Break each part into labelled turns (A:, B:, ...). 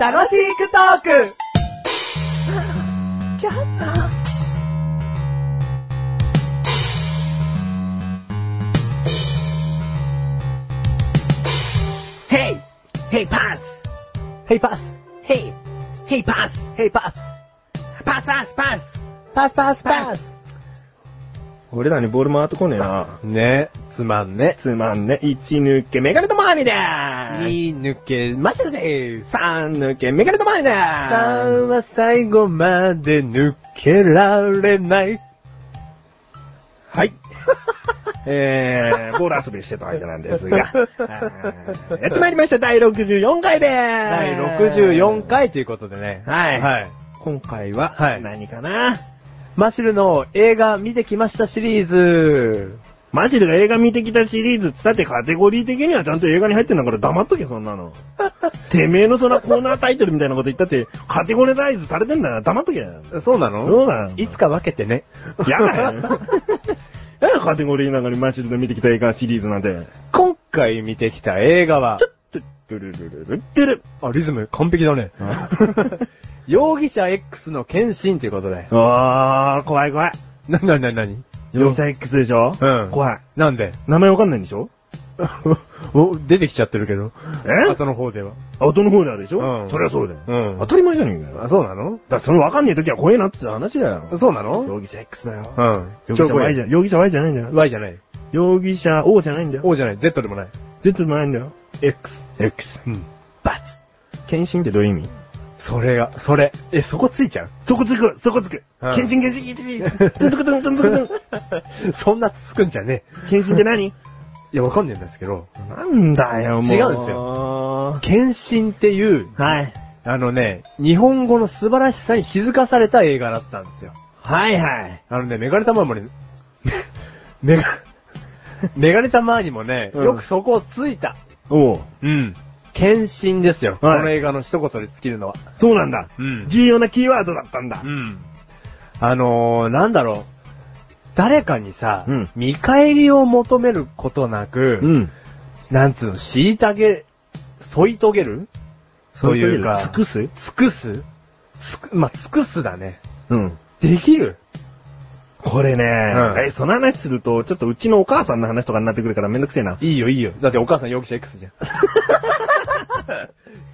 A: 楽しくトーク
B: ヘイヘイパス
A: ヘイパス
B: ヘイヘイパス
A: ヘイパス
B: パスパスパス
A: パスパス
B: パス俺らにボール回ってこねえな。
C: ね、つまんね。
B: つまんね。1抜けメガネとマーニでー
C: に抜けましょうでーす。
B: す !3 抜けメガネとマーニで
C: さ
B: ーす
C: んは最後まで抜けられない。
B: はい。 えー、ボール遊びしてたわけなんですが。あーやってまいりました、第64回でーす
C: 第64。回ということでね。
B: はい
C: はい。
B: 今回は
C: は、い
B: 何かな、
C: マシュルの映画見てきましたシリーズ。
B: マジで映画見てきたシリーズつったってカテゴリー的にはちゃんと映画に入ってんだから黙っとけ、そんなの。てめえのそんなコーナータイトルみたいなこと言ったって、カテゴリーライズされてんだから黙っとけ。
C: そうなの
B: そうなの
C: いつか分けてね。
B: やだよ。やだカテゴリーの中にマジで見てきた映画シリーズなんて。
C: 今回見てきた映画は、
B: トゥットゥルルルルットゥル。
C: あ、リズム完璧だね。 容疑者 X の献身ということで。
B: あー、怖い怖い。
C: な、な、な、なに
B: 4歳 X でしょ
C: うん
B: 怖い。
C: なん で
B: 名前わかんないんでしょ
C: お出てきちゃってるけ ど。
B: え
C: 後の方では。
B: 後の方であるでしょ
C: うん
B: そりゃそうだよ。
C: うん
B: 当たり前じゃねえかよ。だ
C: あ、そうなの
B: からそのわかんねえ時は怖えなって話だよ。
C: そうなの
B: 容疑者 X だよ。
C: うん。
B: 容疑者 Y じゃ、容疑者 Y じゃないんだよ。
C: Y じゃない。
B: 容疑者 O じゃないんだよ。
C: O じゃない。Z でもない。
B: Z もないんだよ。
C: X。
B: X。
C: うん。
B: バツ。検診ってどういう意味
C: それが、それ。え、そこついちゃう
B: そこつく、そこつく。
C: うん
B: 検診検診検診。トゥントゥクトゥントゥントゥントゥン。
C: そんなつくんじゃね
B: 検診って何
C: え。いや、わかんねえんですけど、
B: なんだよ、もう。
C: 違うんです
B: よ。
C: 献身っていう、
B: はい。
C: あのね、日本語の素晴らしさに気づかされた映画だったんですよ。
B: はいはい。
C: あのね、メガネタマーもね、 メガ、メガネタマーにもね、
B: うん
C: よくそこをついた。
B: おう。
C: うん。献身ですよ。
B: はい
C: この映画の一言で尽きるのは。
B: そうなんだ。
C: うん
B: 重要なキーワードだったんだ。
C: ん。あのー、なんだろう。誰かにさ、
B: うん
C: 見返りを求めることなく、
B: うん。
C: なんつうの、虐げ、添い遂げるというか、
B: 尽くす
C: 尽くすつくまあ、尽くすだね。
B: うん。
C: できる
B: これね、
C: うん
B: え、その話すると、ちょっとうちのお母さんの話とかになってくるからめんどくせえな。
C: いいよいいよ。だってお母さん容疑者 X じゃん。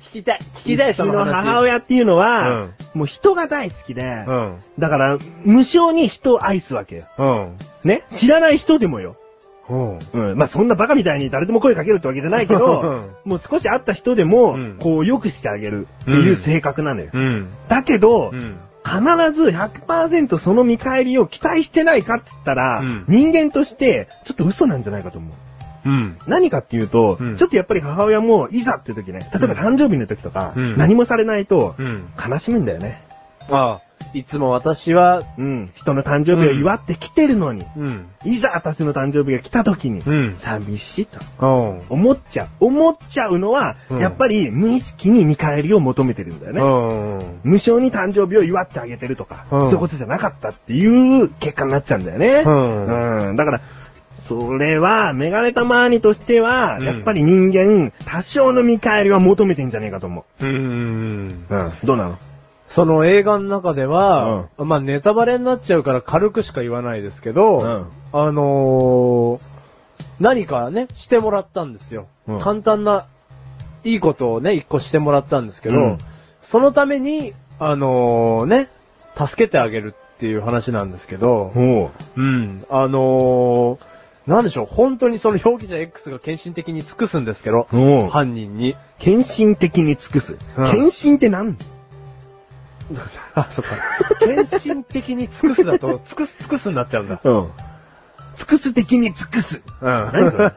C: 聞きたい、聞きたい、
B: うち
C: その
B: の
C: 話。
B: 母親っていうのは、もう人が大好きで、
C: うん。
B: だから、無性に人を愛すわけよ。
C: うん。
B: ね知らない人でもよ。
C: うん。
B: うん。まあ、そんなバカみたいに誰でも声かけるってわけじゃないけ ど、もう少し会った人でも、
C: うん
B: こう、良くしてあげるっていう性格なのよ。
C: うん。
B: だけど、
C: うん。
B: 必ず100%その見返りを期待してないかっつったら、
C: うん
B: 人間として、ちょっと嘘なんじゃないかと思う。
C: うん。
B: 何かっていうと、
C: うん
B: ちょっとやっぱり母親も、いざって時ね、例えば誕生日の時とか、
C: うん
B: 何もされないと、
C: うん。
B: 悲しむんだよね。
C: ああ、いつも私は、
B: うん。人の誕生日を祝ってきてるのに、
C: うん。
B: いざ私の誕生日が来た時に、
C: うん。
B: 寂しいと
C: うん。
B: 思っちゃう。思っちゃうのは、
C: うん
B: やっぱり無意識に見返りを求めてるんだよ
C: う
B: ね。
C: ん。
B: 無償に誕生日を祝ってあげてるとか、
C: うん
B: そういうことじゃなかったっていう結果になっちゃうんだよね。
C: うん
B: うんだから、それは、メガネたまーにとしては、
C: うん
B: やっぱり人間、多少の見返りは求めてんじゃねえかと思
C: うん。
B: う。うん。どうなの
C: その映画の中では、まあネタバレになっちゃうから軽くしか言わないですけど、あのー、何かね、してもらったんですよ。
B: うん
C: 簡単な、いいことをね、一個してもらったんですけど、
B: うん
C: そのために、あのー、ね、助けてあげるっていう話なんですけど、
B: おう。
C: うん、あのー、なんでしょう、本当にその容疑者 X が献身的に尽くすんですけど、
B: おう。
C: 犯人に。
B: 献身的に尽くす。
C: うん
B: 献身って何
C: あ、そっか。献身的に尽くすだと、尽くす尽くすになっちゃうんだ。
B: うん。尽くす的に尽くす。
C: うん。
B: 何それ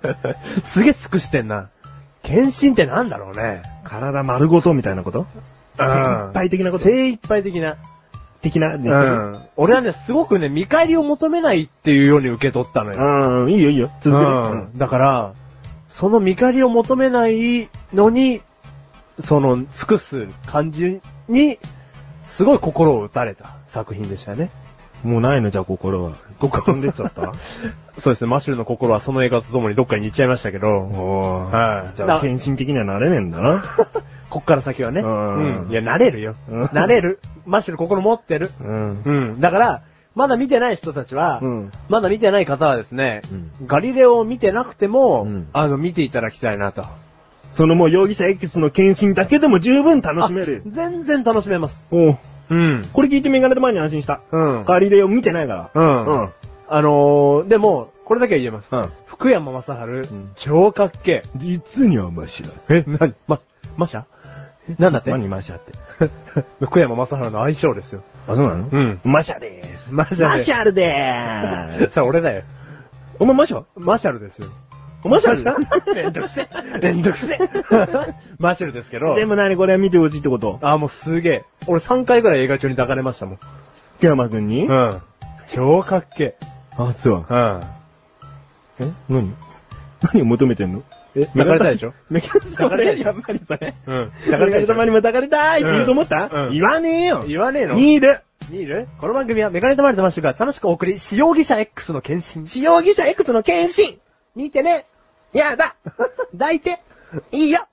C: すげえ尽くしてんな。献身ってなんだろうね。
B: 体丸ごとみたいなこと精一杯的なこと
C: 精一杯的な。
B: 的な、
C: う。ん。俺はね、すごくね、見返りを求めないっていうように受け取ったのよ。
B: うん、いいよいいよ。
C: う
B: 続けて。
C: ん。だから、その見返りを求めないのに、その、尽くす感じに、すごい心を打たれた作品でしたね。
B: うもうないのじゃあ心は。どっか飛んでっちゃった
C: そうですね、マシュルの心はその映画とともにどっかに行っちゃいましたけど、
B: おー。
C: はい。
B: じゃあ、
C: な
B: 献身的にはなれねえんだ な。
C: こっから先はね。
B: うん
C: いや、なれるよ。
B: うん
C: なれる。マシュル心持ってる。
B: うん。
C: うん。だから、まだ見てない人たちは、
B: うん
C: まだ見てない方はですね、
B: う
C: ガリレオを見てなくても、
B: うん
C: あの、見ていただきたいなと。
B: そのもう容疑者 X の献身だけでも十分楽しめる
C: あ。全然楽しめます。
B: おう
C: うん。
B: これ聞いてメガネと前に安心した。
C: うん。
B: ガリレオ見てないか
C: う
B: ら。
C: ん。
B: ん。
C: あのー、でも、これだけは言えます。
B: うん
C: 福山雅治、
B: うん
C: 超かっけ
B: 実に面白い。
C: え。え、なにま、マシャなんだって
B: 何マシャって。
C: 福山雅治の相性ですよ。
B: あ、そうなの
C: うん。
B: マシャでーす。
C: マシャル。
B: マシャルでーす。
C: それ俺だよ。
B: お前マシャ
C: マシャルですよ。
B: マシャ
C: めんどくせえ。 めんどくせえ。マシャルですけ ど。
B: でも何これは見てほしいってこと
C: あ、もうすげえ。俺3回ぐらい映画中に抱かれましたもん。
B: 木山くんに
C: ん。超かっけ
B: あ、そう。
C: え。
B: え
C: うん。
B: 何何を求めてんの
C: え、抱かれたいでしょ
B: メガネ
C: 抱かれたいでしょ
B: やっぱりそれ。
C: うん。
B: メ
C: 抱か
B: ガ
C: れたい
B: ネ
C: でし
B: 様
C: ょ
B: にも抱かれたいって言うと思った、
C: うんうん
B: 言わねえよ。
C: 言わねえの
B: ニール。
C: ニールこの番組はメガネたまりとマッシュが楽しくお送り、使用者 X の検診。
A: 使用疑者 X の検診見てねやだ抱いていいよ